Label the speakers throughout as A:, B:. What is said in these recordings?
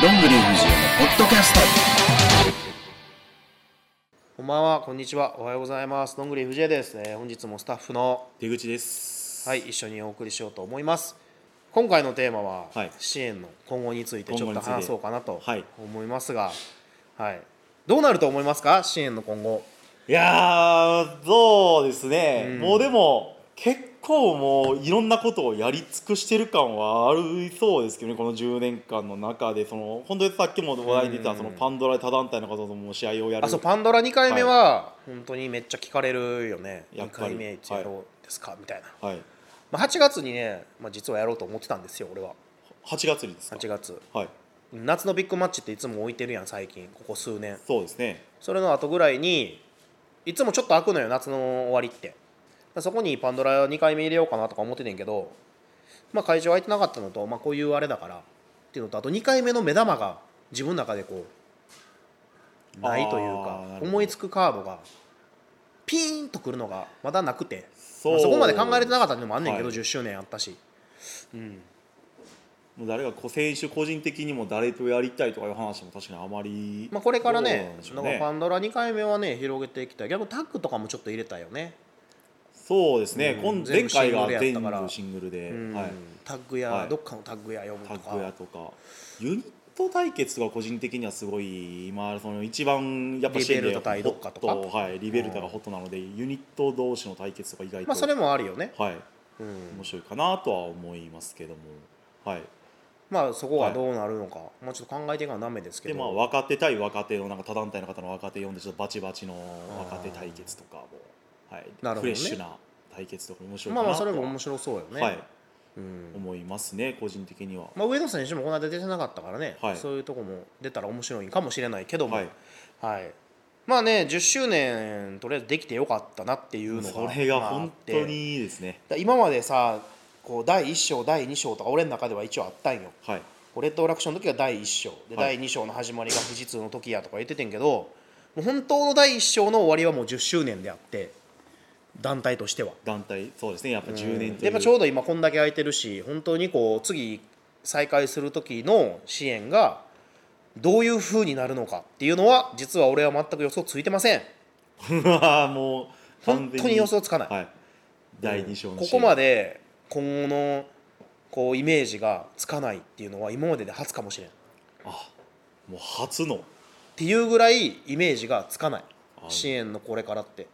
A: どんぐり藤江のポッドキャスト
B: こんばんは、こんにちは、おはようございます。どんぐり藤江です。えー本日もスタッフの、
C: 出口です。
B: はい、一緒にお送りしようと思います。今回のテーマは、
C: はい
B: 支援の今後について
C: 今
B: ちょ
C: 後
B: っと
C: について
B: 話そうかなと
C: はい
B: 思いますが、はい、どうなると思いますか、支援の今後。
C: いやー、そうですね、
B: うん
C: もうでも、結構もういろんなことをやり尽くしてる感はあるそうですけどね、この10年間の中で、その本当にさっきも話題に出た、そのパンドラで他団体の方とも試合をやる、
B: あ、そう、パンドラ2回目は、本当にめっちゃ聞かれるよね、
C: やっ
B: 2
C: ぱ
B: 回
C: り
B: 目いつやろうですか、みたいな。
C: はい、
B: まあ、8月にね、まあ、実はやろうと思ってたんですよ、俺は。
C: 8月にですか
B: 8、月。
C: はい、
B: 夏のビッグマッチっていつも置いてるやん、最近、ここ数年。
C: そうですね、
B: それの後ぐらいにいつもちょっと開くのよ夏の終わりってそこにパンドラ2回目入れようかなとか思っててんけど、まあ、会場空いてなかったのと、まあ、こういうあれだからっていうのとあと2回目の目玉が自分の中でこうないという
C: あーな
B: か
C: るほど
B: 思いつくカードがピーンとくるのがまだなくて
C: そ
B: まあそこまで考えれてなかったのもあんねんけど、
C: はい
B: 10周年あったし、うん、
C: もう誰がこう選手個人的にも誰とやりたいとかいう話も確かにあまり、
B: まあ、これから
C: そう
B: ね
C: なんでしょ
B: な
C: うん
B: か
C: ね
B: パンドラ2回目はね広げていきたい逆にタッグとかもちょっと入れたよね
C: そうですね、
B: うん
C: 今
B: 全部シン
C: 前
B: グ
C: 回
B: ル
C: が
B: やった
C: 全
B: から
C: 部シングルで、
B: うん
C: はい、
B: タッグや、
C: はい
B: どっかのタッグや呼ぶ
C: タ
B: と
C: ッグ屋
B: か
C: とかユニット対決が個人的にはすごい今その一番やっぱ
B: リベルタ対
C: ホ
B: どっか
C: ッ
B: とか
C: トはいリベルタがホットなのでユニット同士の対決とか意外と、
B: まあそれもあるよね、
C: はい
B: うん
C: 面白いかなとは思いますけどもはい
B: まあそこがどうなるのか、まあちょっと考えていかなダメですけ
C: で
B: ど
C: まあ若手対若手のなんか他団体の方の若手呼んでちょっとバチバチの若手対決とかもはい
B: なるほどね
C: フレッシュな対決とか面白い
B: ま
C: か
B: あまあ
C: な
B: そ
C: と
B: れ
C: は
B: も面白そうよね、
C: はい
B: うん
C: 思いますね個人的には
B: まあ、上野選手もこの間出てなかったからね、
C: はい
B: そういうとこも出たら面白いかもしれないけども、は
C: はいい
B: まあね10周年とりあえずできてよかったなっていうのが
C: それが
B: まあ
C: 本
B: あって
C: 当にいいですね
B: だ今までさこう第1章第2章とか俺の中では一応あったんよ
C: はい
B: こうレッドオラクションの時が第1章で、
C: はい
B: 第2章の始まりが富士通の時やとか言っててんけどもう本当の第1章の終わりはもう10周年であって団体としては
C: 団体そうですねやっぱ10年とい
B: や
C: う
B: っぱちょうど今こんだけ空いてるし本当にこう次再開する時の支援がどういう風になるのかっていうのは実は俺は全く予想ついてません
C: うわー もう
B: 本当に予想つかない、
C: はい第2章の
B: ここま
C: で
B: で今後のこうイメージがつかないっていうのは今までで初かもしれん
C: もう初の
B: っていうぐらいイメージがつかない
C: あ
B: 支援のこれからって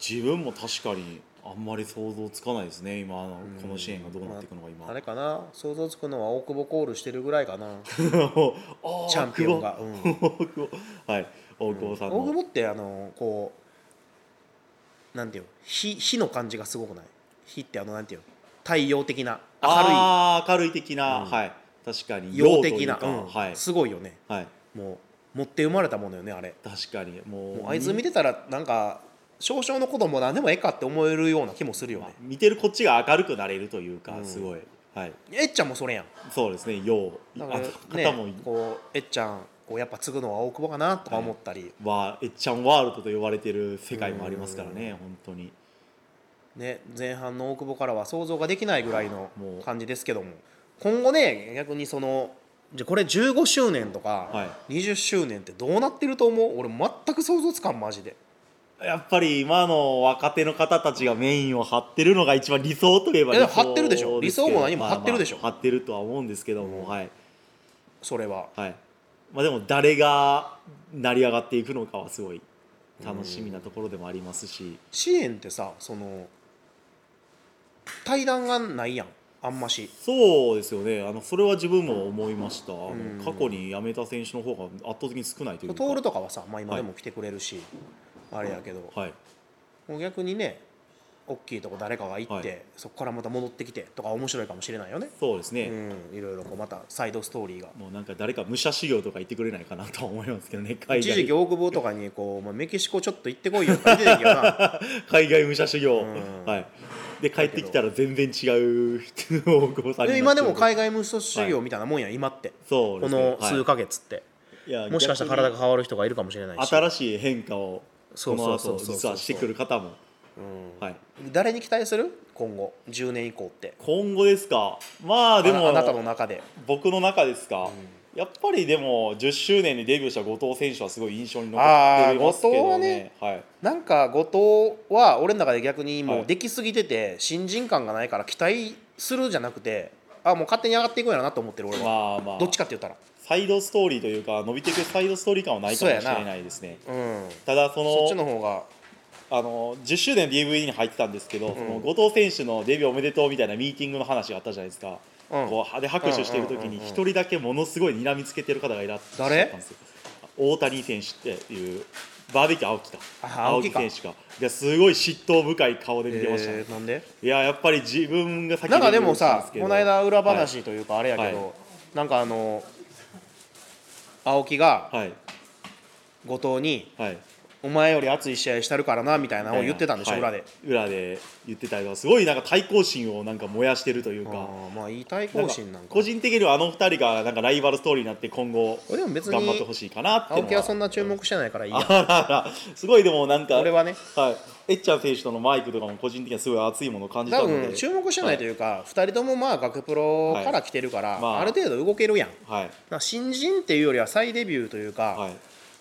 C: 自分も確かにあんまり想像つかないですね今のこの支援がどうなっていくのか今
B: あれかな想像つくのは大久保コールしてるぐらいかな
C: もうあー
B: チャンピオンが、うん
C: 大久保 はい大久保さ
B: 大
C: んの、
B: 久保ってあのこうなんていうの火火の感じがすごくない火ってあのなんていうの太陽的な明
C: あー明るい的な、
B: うん
C: はい確か
B: る
C: に
B: い陽
C: とい
B: 的
C: う
B: な
C: か
B: うん
C: はい、
B: すごいよね
C: はい、
B: もう持って生まれたものよねあれ
C: 確かにもう
B: もうあいつ見てたらなんか少々のことも何でもええかって思えるような気もするよね
C: 見てるこっちが明るくなれるというか、
B: うん
C: すごいはい
B: えっちゃんもそれやん
C: そうですねよう
B: だ
C: あ
B: から
C: と方も
B: ねこうえっちゃんこうやっぱ継ぐのは大久保かなとか思ったり、
C: はエッちゃんワールドと呼ばれてる世界もありますからね、本当に。
B: ね、前半の大久保からは想像ができないぐらいの
C: もう
B: 感じですけども今後ね逆にそのじゃあこれ15周年と
C: は
B: か20周年ってどうなってると思う俺全く想像つかんマジで
C: やっぱり今の若手の方たちがメインを張ってるのが一番理想といえば
B: い
C: 理
B: や
C: 想
B: でも張ってるでしょ
C: すけど
B: 理想も何も張ってるでしょ
C: まあまあ張ってるとは思うんですけども、はい
B: それは
C: はいまあでも誰が成り上がっていくのかはすごい楽しみなところでもありますし、
B: 支援ってさその対談がないやんあんまし
C: そうですよねあのそれは自分も思いました、あの
B: うん
C: 過去に辞めた選手の方が圧倒的に少ないというか
B: 徹とかはさ、まあ、今でも来てくれるし、あれやけど、
C: はい
B: もう逆にね大きいとこ誰かが行って、
C: は
B: そこからまた戻ってきてとか面白いかもしれないよね、
C: そうですね、
B: うん、いろいろこうまたサイドストーリーが
C: もうなんか誰か武者修行とか言ってくれないかなとは思いますけどね海
B: 一時期
C: 外
B: 大久保とかにこう、まあ、メキシコちょっと行ってこいよとか言ってたけ どな
C: 海外武者修行、
B: うん
C: はいで帰ってきたら全然違う人の大久保さんになっ
B: で
C: て
B: 今でも海外無双修行みたいなもんや、今って
C: そうで
B: こ
C: すね
B: の
C: はい
B: 数ヶ月って、
C: いや
B: もしかしたら体が変わる人がいるかもしれない
C: 逆に
B: し、
C: 新しい変化を
B: そ
C: こ
B: うそ
C: の
B: うそうそ
C: 後
B: う
C: 実はしてくる方も
B: うん
C: はい
B: 誰に期待する今後10年以降って
C: 今後ですかまあでも
B: あなあなたの中で
C: 僕の中ですか、やっぱりでも10周年にデビューした後藤選手はすごい印象に残っていますけ
B: あー後藤は
C: ど
B: ね
C: ねはい、
B: なんか後藤は俺の中で逆にも
C: は
B: う
C: い
B: できすぎてて新人感がないから期待するじゃなくてあもう勝手に上がっていくんやろなと思ってる俺は
C: まあまあ
B: どっちかって言ったら
C: サイドストーリーというか伸びていくサイドストーリー感はないかもしれ
B: そうやな
C: ないですね
B: うん
C: ただその
B: そっちの方が
C: あの10周年の DVD に入ってたんですけど、その後藤選手のデビューおめでとうみたいなミーティングの話があったじゃないですか、
B: うん
C: こうで拍手してる時
B: うん
C: に
B: うんうんうん
C: 一人だけものすごい睨みつけてる方がいらっしゃったんですよ大谷選手っていうバーベキュー青木か
B: あ青木か
C: 選手がですごい嫉妬深い顔で見てましたね、
B: えーなんで
C: いややっぱり自分が先
B: なんかで
C: デビュ
B: も
C: ーしたん
B: さ
C: すけど
B: この間裏
C: は
B: 話というかあれやけど、
C: は
B: なんかあの青木が
C: いはい
B: 後藤に
C: はい
B: 「お前より熱い試合してるからな」みたいなのを言ってたんでしょ、
C: はい
B: 裏で
C: 裏で言ってたりとかすごいなんか対抗心をなんか燃やしてるという
B: あ
C: か
B: ーまあいい対抗心なんか
C: 個人的にはあの二人がなんかライバルストーリーになって今後
B: 俺でも別に
C: 頑張ってほしいかなっていう
B: 青
C: の
B: 木はそんな注目してないからいいや
C: あららすごいでもなんか
B: 俺はね
C: はい、えっちゃん選手とのマイクとかも個人的にはすごい熱いものを感じた
B: 多
C: ので
B: 分注目してないというか、二2人ともまあ学プロから来てるから、
C: はいまあ
B: あ、る程度動けるやん
C: はい
B: な新人っていうよりは再デビューというか、
C: はい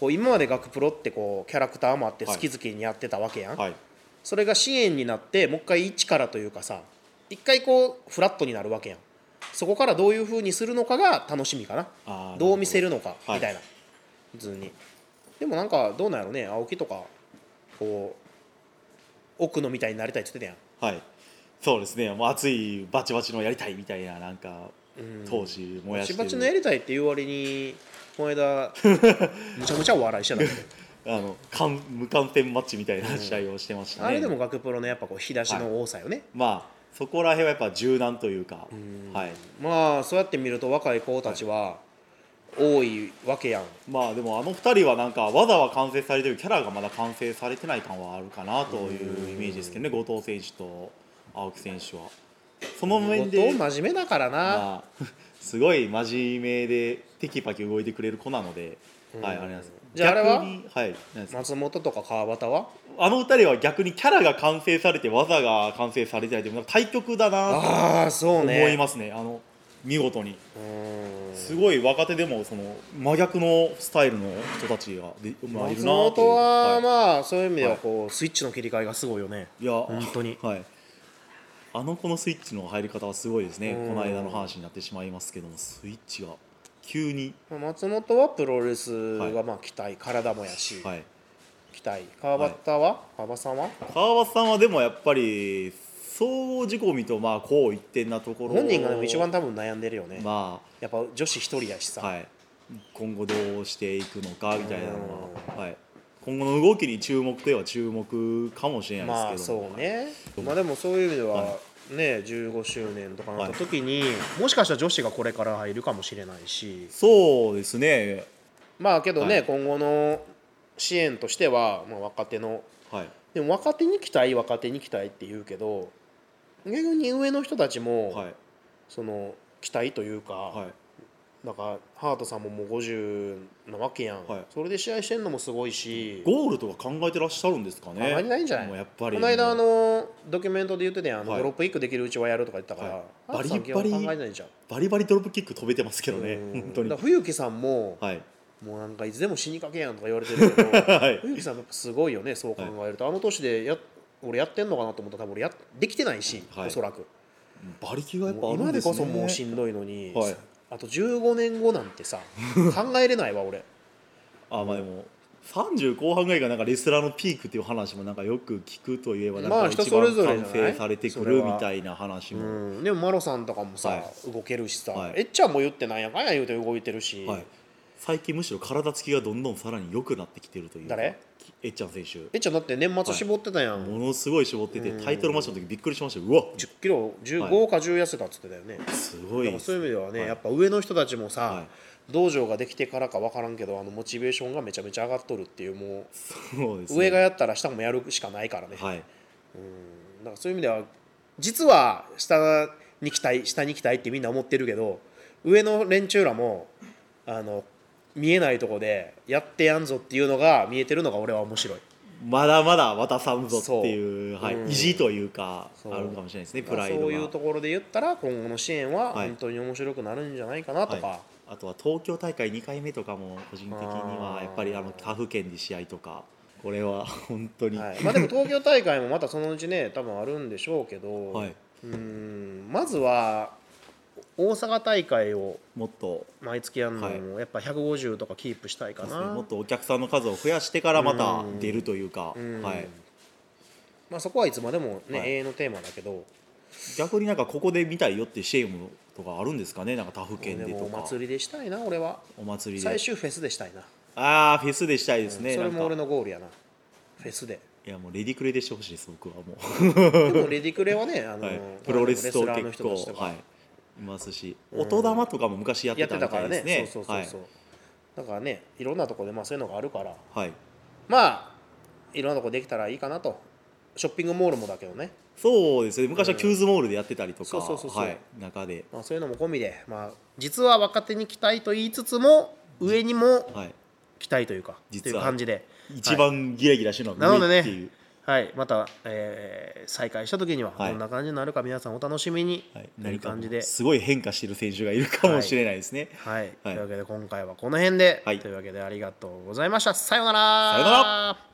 B: こう今まで学プロってこうキャラクターもあって好き好きにやってたわけやん、
C: はい
B: それが支援になってもう一回一からというかさ一回こうフラットになるわけやんそこからどういうふうにするのかが楽しみかな
C: あーなるほど
B: どう見せるのか
C: はい
B: みたいな、普通にでもなんかどうなんやろね青木とかこう奥野みたいになりたいって言ってたやん
C: はいそうですねもう熱いバチバチのやりたいみたいななんか当時燃や
B: バ
C: して
B: チ
C: る
B: バチのやりたいっていう割にこの 間むちゃむちゃお笑いしてたんだけど
C: あの完無観点マッチみたいな試合をしてましたね、
B: あれでも学プロのやっぱこう引き出しの多さよね、
C: まあそこら辺はやっぱ柔軟というかはい
B: まあそうやって見ると若い子たちは多いわけやん、
C: まあでもあの2人はなんか技は完成されてるキャラがまだ完成されてない感はあるかなというイメージですけどね後藤選手と青木選手はその面
B: 後
C: で、
B: 藤
C: ま
B: 真面目だからな、
C: あ、すごい真面目でテキパキ動いてくれる子なので、はい、あれなんです
B: じゃああれは
C: 逆にはいなんです
B: 松本とか川端は
C: あの2人は逆にキャラが完成されて技が完成されてないというなんか対局だな
B: ああそ
C: と
B: うね
C: 思いますねあの見事に
B: うーん
C: すごい若手でもその真逆のスタイルの人たちがで、まあ、い
B: 松
C: るなという
B: 本はいまあそういう意味ではこうスイッチの切り替えがすごいよね
C: いや
B: 本当に
C: はい、あの子のスイッチの入り方はすごいですね
B: うん
C: この間の話になってしまいますけどもスイッチが急に、
B: 松本はプロレスがまあ期待体もやし、
C: はい、
B: 期待川端は、川端さんは
C: 川端さんはでもやっぱり総合事故見とまあこう一点なところ
B: 本人がでも一番多分悩んでるよね、
C: ま
B: やっぱ女子一人やし
C: あ
B: さ、
C: はい今後どうしていくのかみたいなのは、はい、今後の動きに注目といえば注目かもしれ
B: ま
C: ない
B: あ
C: ですけども、
B: そうね、まあでもそういう意味では、
C: は
B: ね15周年とかなった時に、もしかしたら女子がこれから入るかもしれないし
C: そうですね
B: まあけどね、
C: は
B: 今後の支援としては、まあ、若手の
C: はい
B: でも若手に期待若手に期待って言うけど逆に上の人たちも、
C: はい
B: その期待というか、
C: はい
B: なんかハートさんももう50なわけやん、
C: はい
B: それで試合してんのもすごいし
C: ゴールとか考えてらっしゃるんですかね。
B: あまりないんじゃない
C: もうやっぱり。
B: この間あのドキュメントで言ってたやんあの、
C: はい
B: ドロップキックできるうちはやるとか言ってたから、
C: はい
B: ハートさん基
C: バ
B: 本
C: リ
B: 考
C: バリ
B: えないじゃん
C: バリバリドロップキック飛べてますけどね
B: う。ん
C: 本当に。
B: だ
C: は
B: か
C: い
B: ら冬木さんも、
C: はい
B: もうなんかいつでも死にかけやんとか言われてるけど
C: はい
B: 冬木さんやっぱすごいよねそう考えると、あの年でや俺やってんのかなと思ったら多分俺やっできてないし、
C: はい
B: おそらく
C: 馬力がやっぱ
B: も
C: あ
B: う
C: るん
B: 今
C: で
B: です
C: ね。
B: こそもうしんどいのに、
C: はい
B: あと15年後なんて さ考えれないわ俺
C: あまあでも。30後半ぐらいがなんかレスラーのピークっていう話もなんかよく聞くといえばなん
B: まあ
C: か
B: 人
C: 一
B: それ
C: 番
B: ぞれじゃない
C: 完成されてく
B: それ
C: る
B: は
C: みたいな話も、
B: うん、でもマロさんとかもさ、
C: は
B: 動けるしさ、
C: はい
B: えっちゃんも言ってなんやかんや言うて動いてるし、
C: はい、最近むしろ体つきがどんどんさらに良くなってきてるというか
B: 誰
C: えっちゃん選手
B: えっちゃんだって年末絞ってたやん、
C: ものすごい絞っててタイトルマッチの時びっくりしましたようわ
B: 1 0キロ
C: はい
B: 15か10痩せたっつってたよね、
C: すご
B: だ
C: い
B: から
C: で
B: そういう意
C: す
B: 味ではね、
C: はい
B: やっぱ上の人たちもさ、
C: は
B: 道場ができてからか分からんけどあのモチベーションがめちゃめちゃ上がっとるっていうも
C: そうです
B: う
C: ね
B: 上がやったら下もやるしかないからね、
C: はい
B: だからそういう意味では実は下に期待下に期待ってみんな思ってるけど上の連中らもあの見えないとこでやってやんぞっていうのが見えてるのが俺は面白い
C: まだまだ渡さんぞっていう
B: そう
C: はい
B: うん
C: 意地というか
B: そう
C: あるかもしれないですね
B: だか
C: プ
B: ら
C: ライ
B: そういう
C: ド
B: ところで言ったら今後の支援は
C: はい
B: 本当に面白くなるんじゃないかなとか、
C: はあとは東京大会2回目とかも個人的には
B: あー
C: やっぱりあの他府県で試合とかこれは本当に、
B: はいまあ、でも東京大会もまたそのうちね多分あるんでしょうけど、
C: はい、
B: うーんまずは大阪大会を
C: もっと
B: 毎月やるのもやっぱ150とかキープしたいかな、
C: もっとお客さんの数を増やしてからまた
B: うん
C: 出るというか、
B: うん
C: はい、
B: まあ、そこはいつまでも、ね
C: はい
B: 永遠のテーマだけど
C: 逆になんかここで見たいよっていう CM とかあるんですかねなんか他府
B: で
C: 県で
B: も
C: と
B: お
C: か
B: 祭りでしたいな俺は
C: お祭りで
B: 最終フェスでしたいな、
C: ああフェスでしたいですね、
B: それ
C: なんか
B: も俺のゴールやなフェスで
C: いやもうレディクレでしてほしいです僕はも
B: でもレディクレはねあ
C: う、
B: の、
C: はい、プロレスと
B: レラーの
C: 結
B: 人たちと
C: 構
B: か
C: はいいますし音玉とかも昔やっ
B: や
C: て
B: ったて
C: み
B: たから
C: たいで
B: ね
C: すね
B: そうそうそうそう、
C: は
B: だからねいろんなとこでまあそういうのがあるから
C: い、はい、
B: まあいろんなとこできたらいいかなとショッピングモールもだけどね、
C: そうですね昔はキューズモールでやってたりとか、
B: うんそうそうそうそう
C: はい、中で、
B: まあ、そういうのも込みで、まあ、実は若手に期待と言いつつも上にも
C: はい、
B: 期待というか
C: 実は
B: という感じで
C: 一番ギラギラしてるの
B: な
C: は
B: の
C: 上
B: で
C: っていう
B: ね、はい、また、えー再開した時には
C: はい
B: どんな感じになるか皆さんお楽しみに
C: はい、
B: とい
C: 何
B: う
C: かも
B: 感
C: う
B: じで、
C: すごい変化してる選手がいるかもしれないですね、
B: はいと
C: はい
B: いうわけで今回はこの辺で、
C: はい
B: というわけでありがとうございましたさようなら
C: さようなら